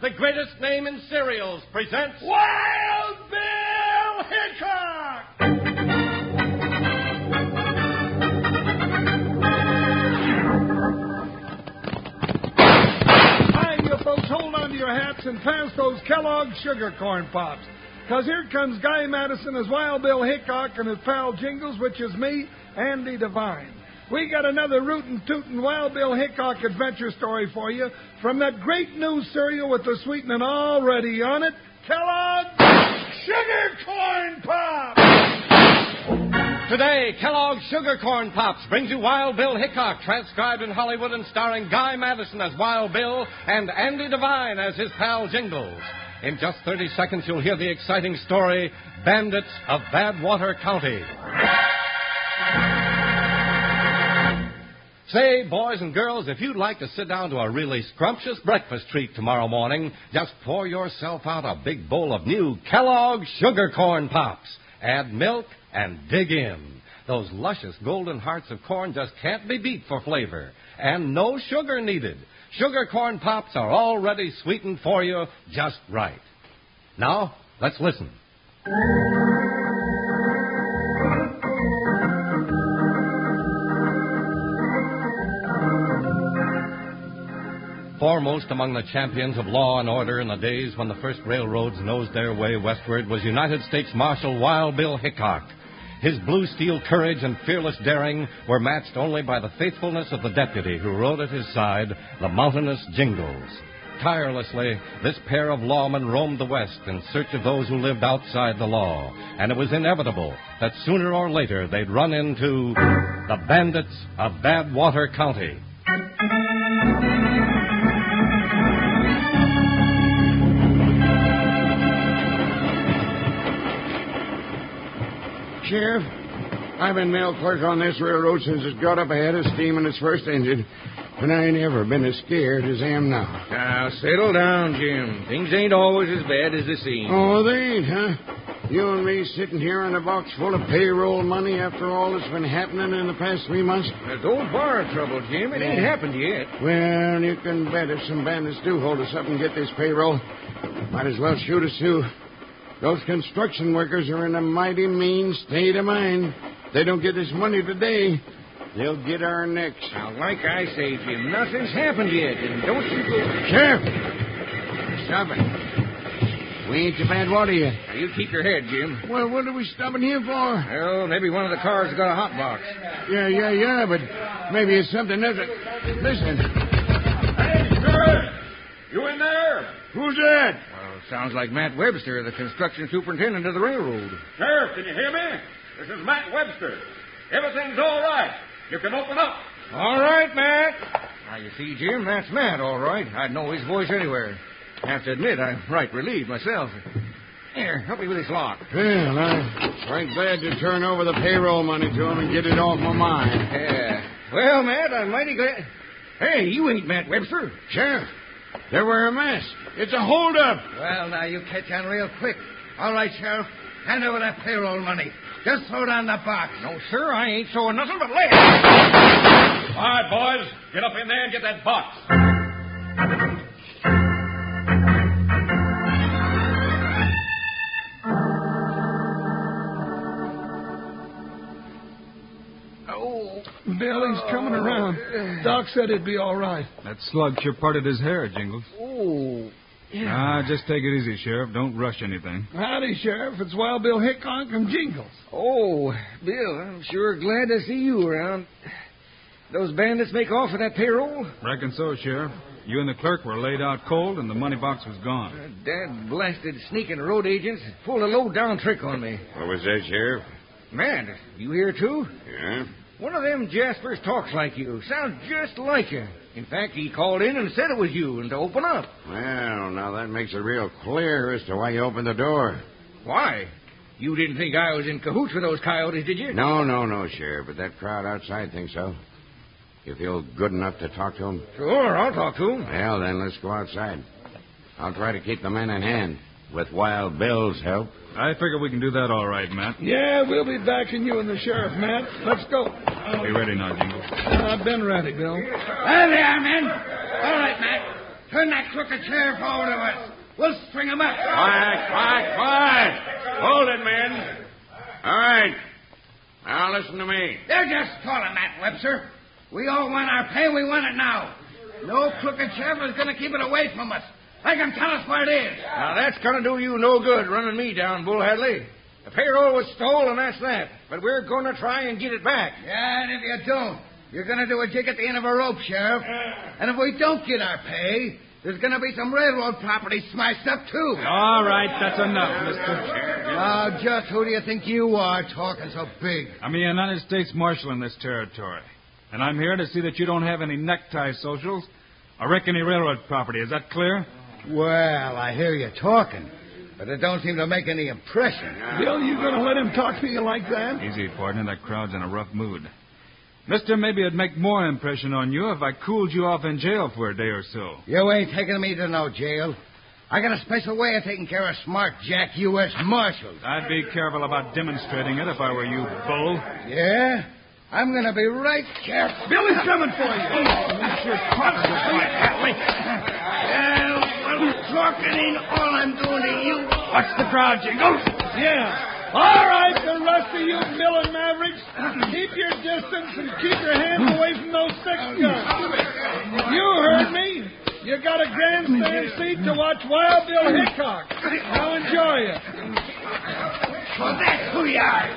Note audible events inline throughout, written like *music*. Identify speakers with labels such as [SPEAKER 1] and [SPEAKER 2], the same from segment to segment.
[SPEAKER 1] the greatest name in cereals, presents
[SPEAKER 2] Wild Bill Hickok! Hi, you folks, hold on to your hats and pass those Kellogg sugar corn pops. Because here comes Guy Madison as Wild Bill Hickok and his pal Jingles, which is me, Andy Devine. We got another rootin' tootin' Wild Bill Hickok adventure story for you from that great new cereal with the sweetening already on it, Kellogg's Sugar Corn Pops.
[SPEAKER 1] Today, Kellogg's Sugar Corn Pops brings you Wild Bill Hickok, transcribed in Hollywood and starring Guy Madison as Wild Bill and Andy Devine as his pal Jingles. In just 30 seconds, you'll hear the exciting story Bandits of Badwater County. Say, boys and girls, if you'd like to sit down to a really scrumptious breakfast treat tomorrow morning, just pour yourself out a big bowl of new Kellogg's Sugar Corn Pops. Add milk and dig in. Those luscious golden hearts of corn just can't be beat for flavor. And no sugar needed. Sugar corn pops are already sweetened for you just right. Now, let's listen. Foremost among the champions of law and order in the days when the first railroads nosed their way westward was United States Marshal Wild Bill Hickok. His blue steel courage and fearless daring were matched only by the faithfulness of the deputy who rode at his side, the mountainous Jingles. Tirelessly, this pair of lawmen roamed the West in search of those who lived outside the law, and it was inevitable that sooner or later they'd run into the bandits of Badwater County.
[SPEAKER 3] Sheriff, I've been mail clerk on this railroad since it got up ahead of steam in its first engine, and I ain't ever been as scared as I am now.
[SPEAKER 4] Now, settle down, Jim. Things ain't always as bad as they seem.
[SPEAKER 3] Oh, they ain't, huh? You and me sitting here in a box full of payroll money after all that's been happening in the past three months?
[SPEAKER 4] Now, don't borrow trouble, Jim. It ain't happened yet.
[SPEAKER 3] Well, you can bet if some bandits do hold us up and get this payroll, might as well shoot us too. Those construction workers are in a mighty mean state of mind. They don't get this money today, they'll get our necks.
[SPEAKER 4] Now, like I say, Jim, nothing's happened yet, and don't you go.
[SPEAKER 3] Sheriff! Stop it. We ain't to bad water yet.
[SPEAKER 4] Now, you keep your head, Jim.
[SPEAKER 3] Well, what are we stopping here for?
[SPEAKER 4] Well, maybe one of the cars got a hot box.
[SPEAKER 3] Yeah, yeah, yeah, but maybe it's something else. Listen.
[SPEAKER 2] You in there?
[SPEAKER 3] Who's that?
[SPEAKER 4] Well, sounds like Matt Webster, the construction superintendent of the railroad.
[SPEAKER 2] Sheriff, can you hear me? This is Matt Webster. Everything's all right. You can open up.
[SPEAKER 4] All right, Matt. Now, you see, Jim, that's Matt, all right. I'd know his voice anywhere. I have to admit, I'm right relieved myself. Here, help me with this lock.
[SPEAKER 3] Well, I'm right glad to turn over the payroll money to him and get it off my mind.
[SPEAKER 4] Yeah. Well, Matt, I'm mighty glad. Hey, you ain't Matt Webster.
[SPEAKER 3] Sheriff, they were a mess. It's a holdup.
[SPEAKER 4] Well, now you catch on real quick. All right, Sheriff. Hand over that payroll money. Just throw down the box. No, sir, I ain't throwing nothing but lead.
[SPEAKER 2] All right, boys. Get up in there and get that box.
[SPEAKER 4] Oh.
[SPEAKER 2] Bill, he's coming around.
[SPEAKER 3] Doc said it'd be all right.
[SPEAKER 5] That slug sure parted his hair, Jingles.
[SPEAKER 4] Oh.
[SPEAKER 5] Ah, just take it easy, Sheriff. Don't rush anything.
[SPEAKER 3] Howdy, Sheriff. It's Wild Bill Hickok and Jingles.
[SPEAKER 4] Oh, Bill, I'm sure glad to see you around. Those bandits make off with that payroll?
[SPEAKER 5] Reckon so, Sheriff. You and the clerk were laid out cold, and the money box was gone.
[SPEAKER 4] Dad blasted sneaking road agents pulled a low down trick on me.
[SPEAKER 3] What was that, Sheriff?
[SPEAKER 4] Man, you here too?
[SPEAKER 3] Yeah?
[SPEAKER 4] One of them Jaspers talks like you. Sounds just like you. In fact, he called in and said it was you and to open up.
[SPEAKER 3] Well, now that makes it real clear as to why you opened the door.
[SPEAKER 4] Why? You didn't think I was in cahoots with those coyotes, did you?
[SPEAKER 3] No, no, no, Sheriff, but that crowd outside thinks so. You feel good enough to talk to them?
[SPEAKER 4] Sure, I'll talk to him.
[SPEAKER 3] Well, then let's go outside. I'll try to keep the men in hand with Wild Bill's help.
[SPEAKER 5] I figure we can do that all right, Matt.
[SPEAKER 3] Yeah, we'll be backing you and the sheriff, Matt. Let's go.
[SPEAKER 5] Oh, Be ready now, Jingles.
[SPEAKER 3] I've been ready, Bill.
[SPEAKER 4] There they are, men. All right, Matt.
[SPEAKER 6] Turn that crooked chair forward of us. We'll string him up.
[SPEAKER 3] Quiet, quiet, quiet. Hold it, men. All right. Now listen to me.
[SPEAKER 6] They're just calling that, Webster. We all want our pay. We want it now. No crooked sheriff is going to keep it away from us. They can tell us where it is.
[SPEAKER 4] Now, that's going to do you no good running me down, Bull Hadley. The payroll was stolen, that's that. But we're going to try and get it back.
[SPEAKER 6] Yeah, and if you don't, you're going to do a jig at the end of a rope, Sheriff. And if we don't get our pay, there's going to be some railroad property smashed up, too.
[SPEAKER 4] Oh.
[SPEAKER 5] All right, that's enough, mister.
[SPEAKER 6] Now, just who do you think you are talking so big?
[SPEAKER 5] I'm a United States Marshal in this territory, and I'm here to see that you don't have any necktie socials or wreck any railroad property. Is that clear?
[SPEAKER 6] Well, I hear you talking, but it don't seem to make any impression.
[SPEAKER 2] Bill, you going to let him talk to you like that?
[SPEAKER 5] Easy, partner. That crowd's in a rough mood. Mister, maybe it'd make more impression on you if I cooled you off in jail for a day or so.
[SPEAKER 6] You ain't taking me to no jail. I got a special way of taking care of smart jack U.S. Marshals.
[SPEAKER 5] I'd be careful about demonstrating it if I were you, Bull.
[SPEAKER 6] Yeah? I'm going to be right careful.
[SPEAKER 2] Bill is coming for you.
[SPEAKER 6] Well, well, talking ain't all I'm doing to you. Watch the crowd, Jingles.
[SPEAKER 2] Yeah. All right, the rest of you milling mavericks, keep your distance and keep your hands away from those six guns. You heard me. You got a grandstand seat to watch Wild Bill Hickok. Now enjoy it.
[SPEAKER 6] Well, that's who you are.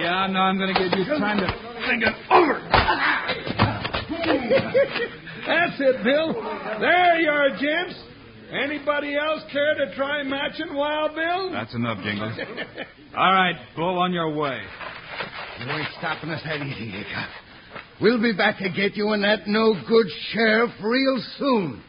[SPEAKER 5] Yeah, no, I'm going to give you time to.
[SPEAKER 6] Think it over.
[SPEAKER 2] That's it, Bill. There you are, gents. Anybody else care to try matching Wild Bill?
[SPEAKER 5] That's enough, Jingles. All right, Bull, on your way.
[SPEAKER 6] You ain't stopping us that easy, Hickok. We'll be back to get you and that no good sheriff real soon.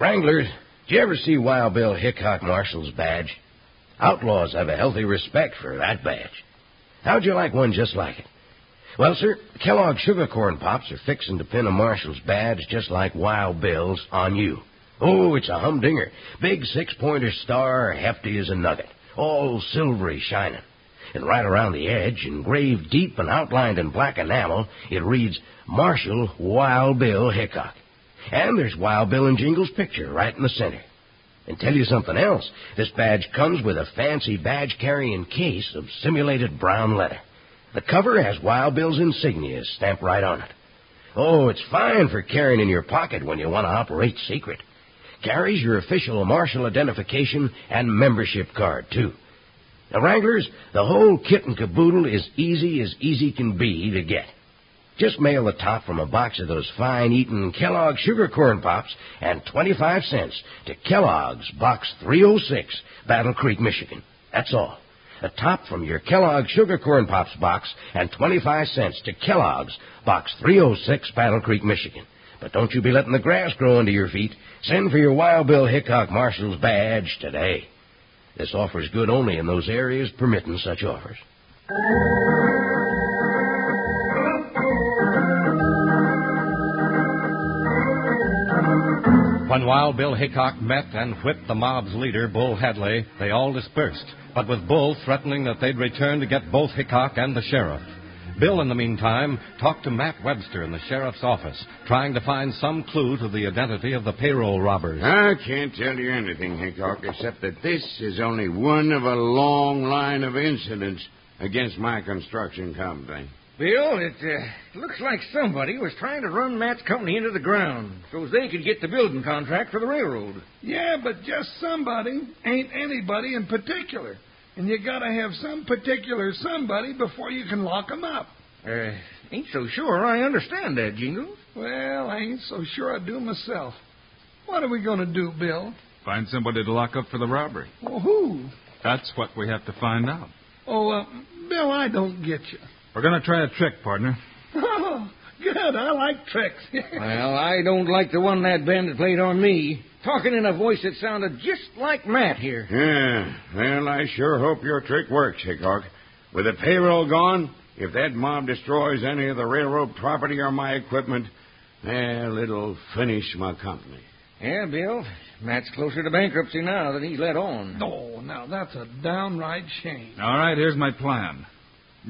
[SPEAKER 7] Wranglers, did you ever see Wild Bill Hickok Marshal's badge? Outlaws have a healthy respect for that badge. How'd you like one just like it? Well, sir, Kellogg Sugar Corn Pops are fixing to pin a Marshal's badge just like Wild Bill's on you. Oh, it's a humdinger. Big six pointer star, hefty as a nugget, all silvery shining. And right around the edge, engraved deep and outlined in black enamel, it reads Marshal Wild Bill Hickok. And there's Wild Bill and Jingle's picture right in the center. And tell you something else. This badge comes with a fancy badge carrying case of simulated brown leather. The cover has Wild Bill's insignia stamped right on it. Oh, it's fine for carrying in your pocket when you want to operate secret. Carries your official marshal identification and membership card, too. Now, Wranglers, the whole kit and caboodle is easy as easy can be to get. Just mail the top from a box of those fine eating Kellogg sugar corn pops and 25 cents to Kellogg's Box 306, Battle Creek, Michigan. That's all. A top from your Kellogg sugar corn pops box and 25 cents to Kellogg's Box 306, Battle Creek, Michigan. But don't you be letting the grass grow under your feet. Send for your Wild Bill Hickok Marshal's badge today. This offer's good only in those areas permitting such offers.
[SPEAKER 1] When Wild Bill Hickok met and whipped the mob's leader, Bull Hadley, they all dispersed, but with Bull threatening that they'd return to get both Hickok and the sheriff. Bill, in the meantime, talked to Matt Webster in the sheriff's office, trying to find some clue to the identity of the payroll robbers.
[SPEAKER 3] I can't tell you anything, Hickok, except that this is only one of a long line of incidents against my construction company.
[SPEAKER 4] Bill, it uh, looks like somebody was trying to run Matt's company into the ground so they could get the building contract for the railroad.
[SPEAKER 2] Yeah, but just somebody ain't anybody in particular. And you got to have some particular somebody before you can lock 'em up.
[SPEAKER 4] Uh, ain't so sure I understand that, Jingles.
[SPEAKER 2] Well, I ain't so sure I do myself. What are we going to do, Bill?
[SPEAKER 5] Find somebody to lock up for the robbery.
[SPEAKER 2] Well, who?
[SPEAKER 5] That's what we have to find out.
[SPEAKER 2] Oh, uh, Bill, I don't get you.
[SPEAKER 5] We're going to try a trick, partner.
[SPEAKER 2] Oh, good. I like tricks. *laughs*
[SPEAKER 4] Well, I don't like the one that bandit played on me. Talking in a voice that sounded just like Matt here.
[SPEAKER 3] Yeah, well, I sure hope your trick works, Hickok. With the payroll gone, if that mob destroys any of the railroad property or my equipment, well, it'll finish my company.
[SPEAKER 4] Yeah, Bill. Matt's closer to bankruptcy now than he let on.
[SPEAKER 2] No, now that's a downright shame.
[SPEAKER 5] All right, here's my plan.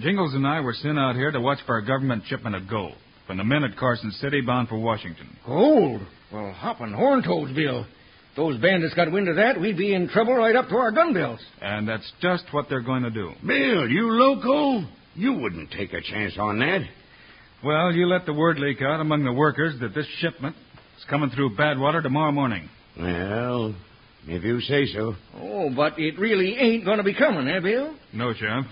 [SPEAKER 5] Jingles and I were sent out here to watch for a government shipment of gold from the men at Carson City bound for Washington.
[SPEAKER 4] Gold? Well, hoppin' horn toads, Bill. If those bandits got wind of that, we'd be in trouble right up to our gun belts.
[SPEAKER 5] And that's just what they're going to do.
[SPEAKER 7] Bill, you loco? You wouldn't take a chance on that.
[SPEAKER 5] Well, you let the word leak out among the workers that this shipment is coming through Badwater tomorrow morning.
[SPEAKER 7] Well, if you say so.
[SPEAKER 4] Oh, but it really ain't going to be coming, eh, Bill?
[SPEAKER 5] No, Sheriff.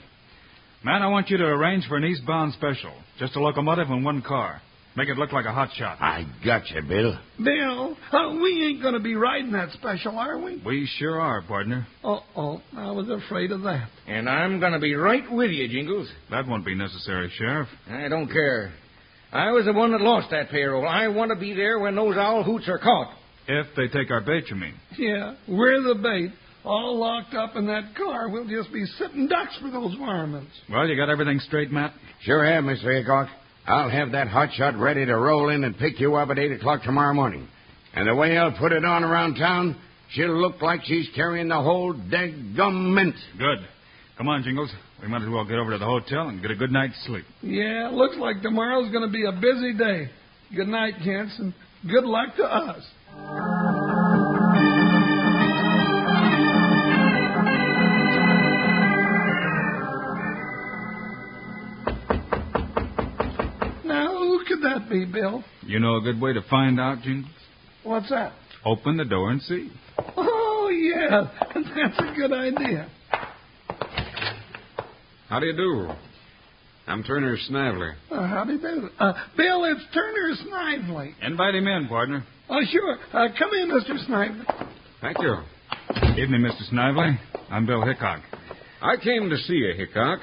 [SPEAKER 5] Man, I want you to arrange for an eastbound special. Just a locomotive and one car. Make it look like a hot shot.
[SPEAKER 7] I gotcha, Bill.
[SPEAKER 2] Bill, uh, we ain't going to be riding that special, are we?
[SPEAKER 5] We sure are, partner.
[SPEAKER 2] Uh oh, I was afraid of that.
[SPEAKER 4] And I'm going to be right with you, Jingles.
[SPEAKER 5] That won't be necessary, Sheriff.
[SPEAKER 4] I don't care. I was the one that lost that payroll. I want to be there when those owl hoots are caught.
[SPEAKER 5] If they take our bait, you mean.
[SPEAKER 2] Yeah, we're the bait. All locked up in that car, we'll just be sitting ducks for those varmints.
[SPEAKER 5] Well, you got everything straight, Matt?
[SPEAKER 7] Sure have, Mr. Hickok. I'll have that hot shot ready to roll in and pick you up at 8 o'clock tomorrow morning. And the way I'll put it on around town, she'll look like she's carrying the whole daggum mint.
[SPEAKER 5] Good. Come on, Jingles. We might as well get over to the hotel and get a good night's sleep.
[SPEAKER 2] Yeah, looks like tomorrow's going to be a busy day. Good night, gents, and good luck to us. Now, who could that be, Bill?
[SPEAKER 5] You know a good way to find out, Jingles?
[SPEAKER 2] What's that?
[SPEAKER 5] Open the door and see.
[SPEAKER 2] Oh, yeah, that's a good idea.
[SPEAKER 1] How do you do? I'm Turner Snively.
[SPEAKER 2] Uh, howdy, Bill. Uh, Bill, it's Turner Snively.
[SPEAKER 5] Invite him in, partner.
[SPEAKER 2] Oh, sure. Uh, come in, Mr. Snively.
[SPEAKER 1] Thank you.
[SPEAKER 5] Evening, Mr. Snively. I'm Bill Hickok.
[SPEAKER 1] I came to see you, Hickok,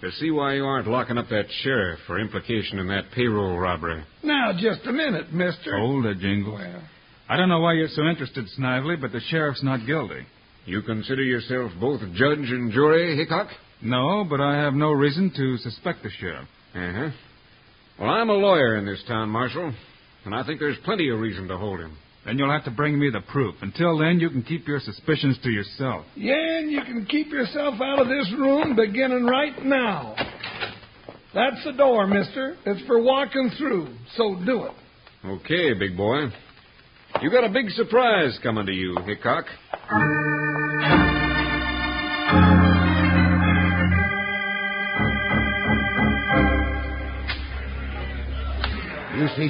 [SPEAKER 1] to see why you aren't locking up that sheriff for implication in that payroll robbery.
[SPEAKER 2] Now, just a minute, mister.
[SPEAKER 5] Hold it, Jingles.
[SPEAKER 2] Well,
[SPEAKER 5] I don't know why you're so interested, Snively, but the sheriff's not guilty.
[SPEAKER 1] You consider yourself both judge and jury, Hickok?
[SPEAKER 5] No, but I have no reason to suspect the sheriff.
[SPEAKER 1] Uh huh. Well, I'm a lawyer in this town, Marshal, and I think there's plenty of reason to hold him.
[SPEAKER 5] Then you'll have to bring me the proof. Until then, you can keep your suspicions to yourself.
[SPEAKER 2] yeah, and you can keep yourself out of this room beginning right now. That's the door, mister. It's for walking through, so do it.
[SPEAKER 1] Okay, big boy. You got a big surprise coming to you, Hickok.
[SPEAKER 8] You see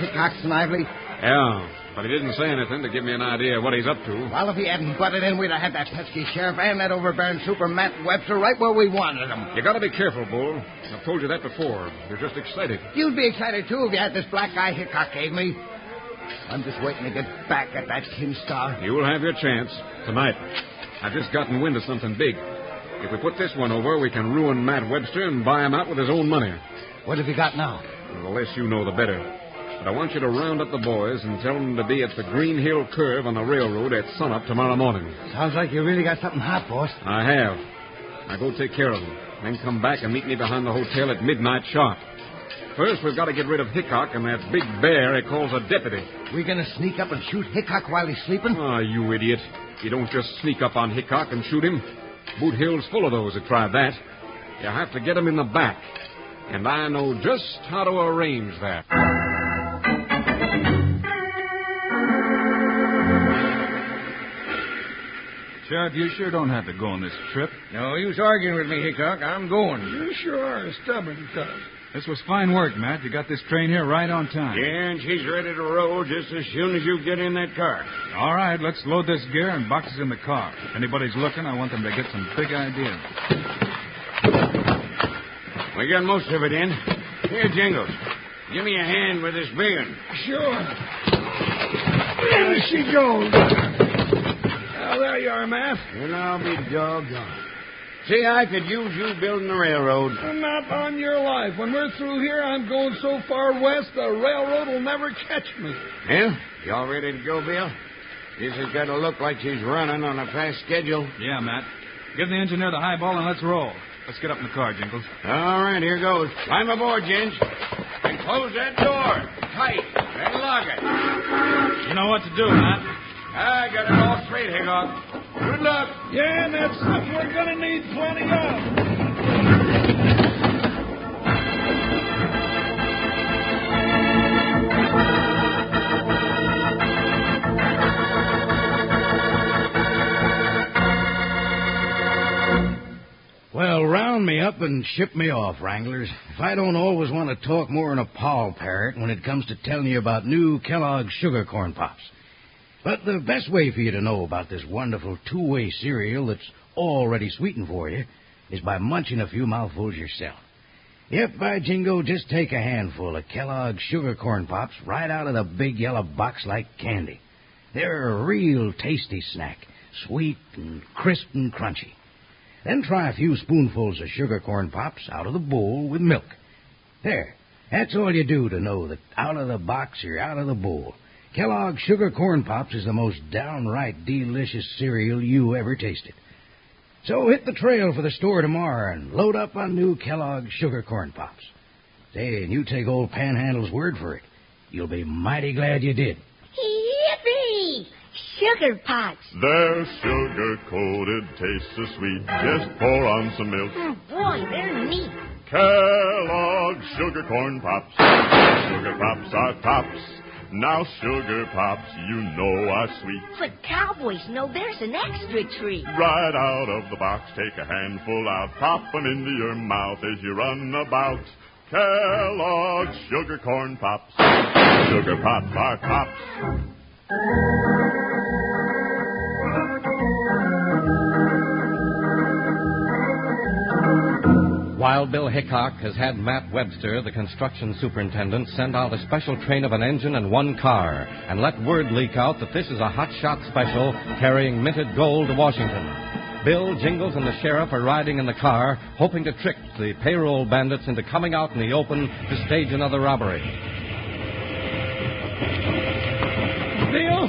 [SPEAKER 8] Hickok Snively?
[SPEAKER 1] Yeah, but he didn't say anything to give me an idea of what he's up to.
[SPEAKER 8] Well, if he hadn't butted in, we'd have had that pesky sheriff and that overbearing super Matt Webster right where we wanted him.
[SPEAKER 1] You gotta be careful, Bull. I've told you that before. You're just excited.
[SPEAKER 8] You'd be excited, too, if you had this black eye Hickok gave me. I'm just waiting to get back at that King Star.
[SPEAKER 1] You'll have your chance tonight. I've just gotten wind of something big. If we put this one over, we can ruin Matt Webster and buy him out with his own money.
[SPEAKER 8] What have you got now?
[SPEAKER 1] And the less you know, the better. But I want you to round up the boys and tell them to be at the Green Hill Curve on the railroad at sunup tomorrow morning.
[SPEAKER 8] Sounds like you really got something hot, boss.
[SPEAKER 1] I have. Now go take care of them. Then come back and meet me behind the hotel at midnight sharp. First, we've got to get rid of Hickok and that big bear he calls a deputy.
[SPEAKER 8] We're gonna sneak up and shoot Hickok while he's sleeping?
[SPEAKER 1] Ah, you idiot. You don't just sneak up on Hickok and shoot him. Boot Hill's full of those that tried that. You have to get him in the back. And I know just how to arrange that.
[SPEAKER 5] Sheriff, you sure don't have to go on this trip.
[SPEAKER 4] No use arguing with me, Hickok. I'm going.
[SPEAKER 2] You sure are a stubborn tub.
[SPEAKER 5] This was fine work, Matt. You got this train here right on time.
[SPEAKER 7] Yeah, and she's ready to roll just as soon as you get in that car.
[SPEAKER 5] All right, let's load this gear and boxes in the car. If anybody's looking, I want them to get some big ideas.
[SPEAKER 7] We got most of it in. Here, Jingles. Give me a hand with this beard.
[SPEAKER 2] Sure. There she goes. Now, there you are, Matt.
[SPEAKER 7] And I'll be doggone. See, I could use you building the railroad.
[SPEAKER 2] Not on your life. When we're through here, I'm going so far west, the railroad will never catch me.
[SPEAKER 7] Yeah? You all ready to go, Bill? This has got to look like she's running on a fast schedule.
[SPEAKER 5] Yeah, Matt. Give the engineer the highball and let's roll. Let's get up in the car, Jingles.
[SPEAKER 7] All right, here goes. Climb aboard, gents. And close that door. Tight. And lock it.
[SPEAKER 5] You know what to do, Matt.
[SPEAKER 4] I got it all straight, Hickok. Good luck.
[SPEAKER 2] Yeah, and that's something we're going to need plenty of.
[SPEAKER 7] Well, round me up and ship me off, Wranglers. If I don't always want to talk more than a poll parrot when it comes to telling you about new Kellogg's sugar corn pops. But the best way for you to know about this wonderful two-way cereal that's already sweetened for you is by munching a few mouthfuls yourself. Yep, by jingo, just take a handful of Kellogg's sugar corn pops right out of the big yellow box like candy. They're a real tasty snack, sweet and crisp and crunchy. Then try a few spoonfuls of sugar corn pops out of the bowl with milk. There. That's all you do to know that out of the box or out of the bowl. Kellogg's Sugar Corn Pops is the most downright delicious cereal you ever tasted. So hit the trail for the store tomorrow and load up on new Kellogg's Sugar Corn Pops. Say, and you take old Panhandle's word for it. You'll be mighty glad you did.
[SPEAKER 9] Yippee! Sugar pots.
[SPEAKER 10] Their sugar coated taste so sweet. Just pour on some milk.
[SPEAKER 9] Oh boy, they're neat.
[SPEAKER 10] Kellogg's sugar corn pops. Sugar pops are tops. Now sugar pops, you know are sweet.
[SPEAKER 9] But cowboys know there's an extra treat.
[SPEAKER 10] Right out of the box, take a handful out, pop 'em into your mouth as you run about. Kellogg's sugar corn pops. Sugar pops are tops.
[SPEAKER 1] Wild Bill Hickok has had Matt Webster, the construction superintendent, send out a special train of an engine and one car, and let word leak out that this is a hot shot special carrying minted gold to Washington. Bill, Jingles, and the sheriff are riding in the car, hoping to trick the payroll bandits into coming out in the open to stage another robbery.
[SPEAKER 2] Bill,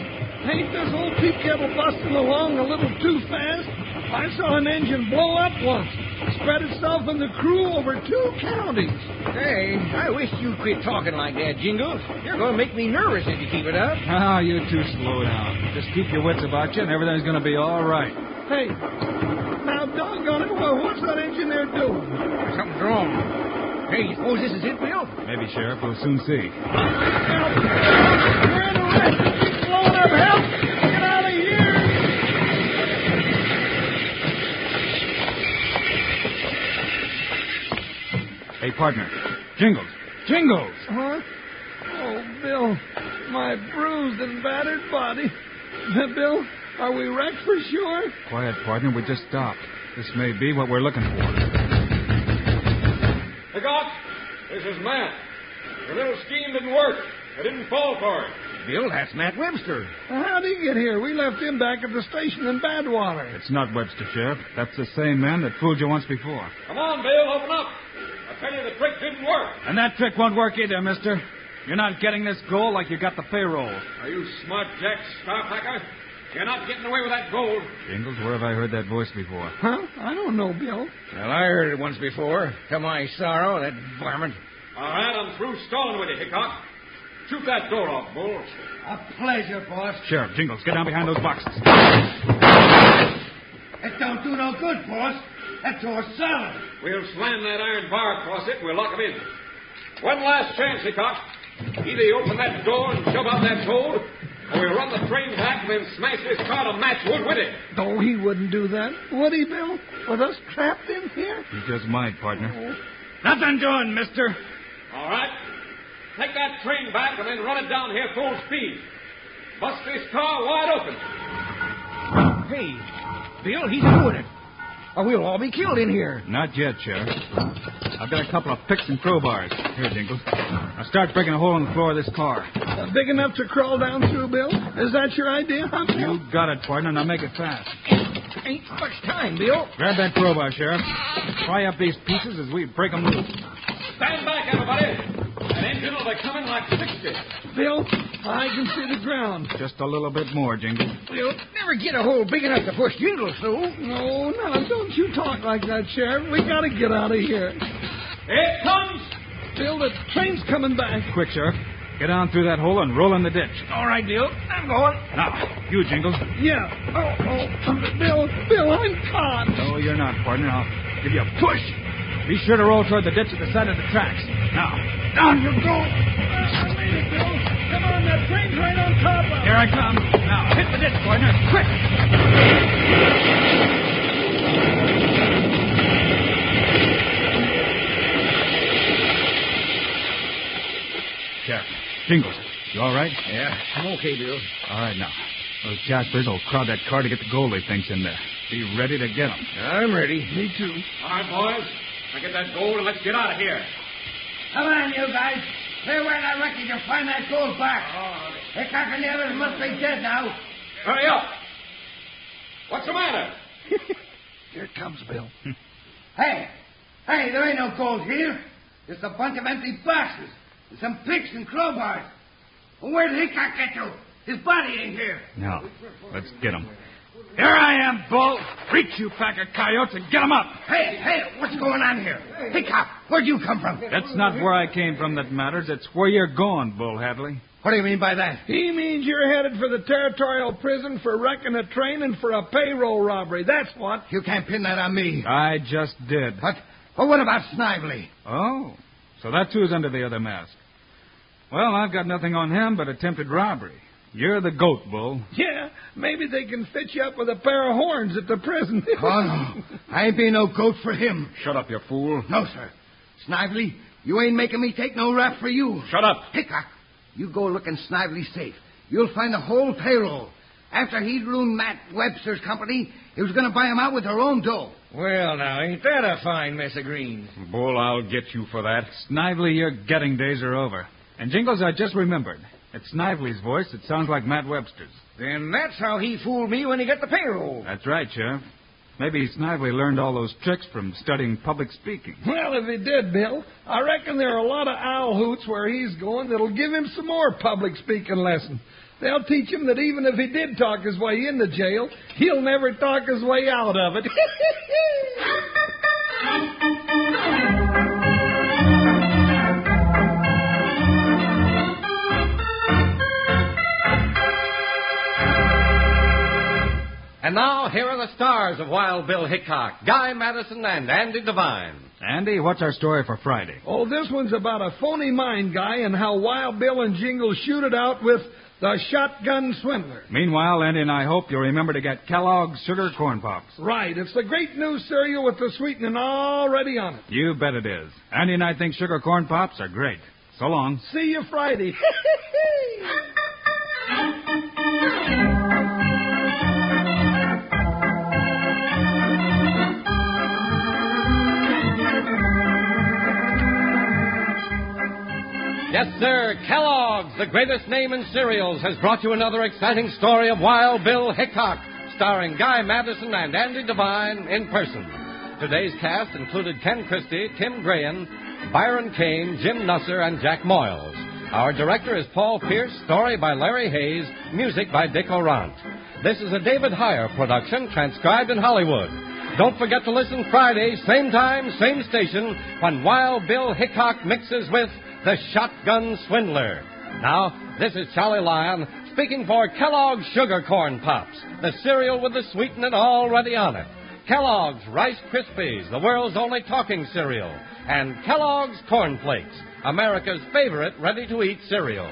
[SPEAKER 2] ain't this old peep kettle busting along a little too fast? I saw an engine blow up once, spread itself in the crew over two counties.
[SPEAKER 4] Hey, I wish you'd quit talking like that, Jingles. You're going to make me nervous if you keep it up.
[SPEAKER 5] *laughs* Ah, you two slow down. Just keep your wits about you, and everything's going to be all right.
[SPEAKER 2] Hey, now doggone it, well, what's that engineer doing?
[SPEAKER 4] Something's wrong. Hey, you suppose this is it, Bill?
[SPEAKER 5] Maybe, Sheriff, we'll soon see.
[SPEAKER 2] Help! We're in a wreck. It's blown up. Help! Get out of here!
[SPEAKER 5] Hey, partner. Jingles. Jingles!
[SPEAKER 2] Huh? Oh, Bill, my bruised and battered body. *laughs* Bill, are we wrecked for sure?
[SPEAKER 5] Quiet, partner. We just stopped. This may be what we're looking for.
[SPEAKER 11] Hickok, this is Matt. Your little scheme didn't work. I didn't fall for it.
[SPEAKER 4] Bill, that's Matt Webster.
[SPEAKER 2] How'd he get here? We left him back at the station in Badwater.
[SPEAKER 5] It's not Webster, Sheriff. That's the same man that fooled you once before.
[SPEAKER 11] Come on, Bill, open up. I tell you, the trick didn't work.
[SPEAKER 5] And that trick won't work either, mister. You're not getting this gold like you got the payroll.
[SPEAKER 11] Are you smart, Jack Starpacker? You're not getting away with that gold.
[SPEAKER 5] Jingles, where have I heard that voice before?
[SPEAKER 2] Huh? I don't know, Bill.
[SPEAKER 4] Well, I heard it once before. To my sorrow, that varmint.
[SPEAKER 11] All right, I'm through stalling with you, Hickok. Shoot that door off, Bull.
[SPEAKER 6] A pleasure, boss.
[SPEAKER 5] Sheriff, Jingles, get down behind those boxes.
[SPEAKER 6] It don't do no good, boss. That door's solid.
[SPEAKER 11] We'll slam that iron bar across it. We'll lock him in. One last chance, Hickok. Either you open that door and shove out that gold, or we'll run the train back and then smash this car to matchwood with it.
[SPEAKER 2] No, he wouldn't do that. Would he, Bill? With us trapped in here?
[SPEAKER 5] You just might, partner.
[SPEAKER 6] Nothing doing, mister.
[SPEAKER 11] All right. Take that train back and then run it down here full speed. Bust this car wide open.
[SPEAKER 4] Hey, Bill, he's doing it. Or we'll all be killed in here.
[SPEAKER 5] Not yet, Sheriff. I've got a couple of picks and crowbars. Here, Jingles. Now start breaking a hole in the floor of this car.
[SPEAKER 2] Uh, big enough to crawl down through, Bill? Is that your idea, huh, Bill?
[SPEAKER 5] You got it, partner. Now make it fast.
[SPEAKER 4] Ain't much time, Bill.
[SPEAKER 5] Grab that crowbar, Sheriff. Pry up these pieces as we break 'em loose.
[SPEAKER 11] Stand back, everybody. That engine will be coming like 60.
[SPEAKER 2] Bill, I can see the ground.
[SPEAKER 5] Just a little bit more, Jingles.
[SPEAKER 4] We'll never get a hole big enough to push Jingles through.
[SPEAKER 2] No, no, don't you talk like that, Sheriff. We gotta get out of here.
[SPEAKER 11] Here it comes.
[SPEAKER 2] Bill, the train's coming back.
[SPEAKER 5] Quick, Sheriff. Get down through that hole and roll in the ditch.
[SPEAKER 6] All right, Bill. I'm going.
[SPEAKER 5] Now, you, Jingles.
[SPEAKER 2] Yeah. Oh, oh. Bill, Bill, I'm caught.
[SPEAKER 5] No, you're not, partner. I'll give you a push. Be sure to roll toward the ditch at the side of the tracks. Now, down you go.
[SPEAKER 2] I made it, Bill. Come on, that train's right on top of us.
[SPEAKER 5] Here I come. Now, hit the ditch, partner. Quick. Sheriff, Jingles, you all right?
[SPEAKER 6] Yeah, I'm okay, Bill.
[SPEAKER 5] All right, now. Those Jaspers will crowd that car to get the gold they think's in there. Be ready to get 'em.
[SPEAKER 6] I'm ready. Me too.
[SPEAKER 11] All right, boys. Now get that gold and let's get out of here.
[SPEAKER 6] Come on, you guys. Clear away that wreckage and find that gold box.
[SPEAKER 11] Oh,
[SPEAKER 6] Hickok and the others must be dead now.
[SPEAKER 11] Hurry up. What's the matter?
[SPEAKER 6] Here comes Bill. hey, hey, there ain't no gold here. Just a bunch of empty boxes and some picks and crowbars. Well, where'd Hickok get to? His body ain't here.
[SPEAKER 5] Now, let's get 'em. Here I am, Bull. Reach, you pack of coyotes, and get 'em up.
[SPEAKER 6] Hey, hey, what's going on here? Hickok, where'd you come from?
[SPEAKER 5] That's not where I came from that matters. It's where you're going, Bull Hadley.
[SPEAKER 6] What do you mean by that?
[SPEAKER 2] He means you're headed for the territorial prison for wrecking a train and for a payroll robbery. That's what.
[SPEAKER 6] You can't pin that on me.
[SPEAKER 5] I just did.
[SPEAKER 6] But, well, what about Snively?
[SPEAKER 5] Oh, so that's who's under the other mask. Well, I've got nothing on him but attempted robbery. You're the goat, Bull.
[SPEAKER 2] Yeah, maybe they can fit you up with a pair of horns at the prison. *laughs*
[SPEAKER 6] Oh, no. I ain't being no goat for him.
[SPEAKER 5] Shut up, you fool.
[SPEAKER 6] No, sir. Snively, you ain't making me take no rap for you.
[SPEAKER 5] Shut up.
[SPEAKER 6] Hickok, you go looking Snively safe. You'll find the whole payroll. After he'd ruined Matt Webster's company, he was going to buy him out with their own dough.
[SPEAKER 4] Well, now, ain't that a fine mess of greens?
[SPEAKER 5] Bull, I'll get you for that. Snively, your getting days are over. And Jingles, I just remembered. It's Snively's voice. It sounds like Matt Webster's.
[SPEAKER 4] Then that's how he fooled me when he got the payroll.
[SPEAKER 5] That's right, Sheriff. Maybe Snively learned all those tricks from studying public speaking.
[SPEAKER 2] Well, if he did, Bill, I reckon there are a lot of owl hoots where he's going that'll give him some more public speaking lesson. They'll teach him that even if he did talk his way into jail, he'll never talk his way out of it. *laughs*
[SPEAKER 1] And now, here are the stars of Wild Bill Hickok, Guy Madison, and Andy Devine.
[SPEAKER 5] Andy, what's our story for Friday?
[SPEAKER 2] oh, this one's about a phony mine guy and how Wild Bill and Jingles shoot it out with the shotgun swindler.
[SPEAKER 5] Meanwhile, Andy and I hope you'll remember to get Kellogg's Sugar Corn Pops.
[SPEAKER 2] Right, it's the great new cereal with the sweetening already on it.
[SPEAKER 5] You bet it is. Andy and I think Sugar Corn Pops are great. So long.
[SPEAKER 2] See you Friday.
[SPEAKER 1] Yes, sir. Kellogg's, the greatest name in cereals, has brought you another exciting story of Wild Bill Hickok, starring Guy Madison and Andy Devine in person. Today's cast included Ken Christie, Tim Grahan, Byron Kane, Jim Nusser, and Jack Moyles. Our director is Paul Pierce, story by Larry Hayes, music by Dick Orant. This is a David Heyer production, transcribed in Hollywood. Don't forget to listen Friday, same time, same station, when Wild Bill Hickok mixes with the Shotgun Swindler. Now, this is Charlie Lyon speaking for Kellogg's Sugar Corn Pops, the cereal with the sweetening already on it. Kellogg's Rice Krispies, the world's only talking cereal, and Kellogg's Corn Flakes, America's favorite ready to eat cereal.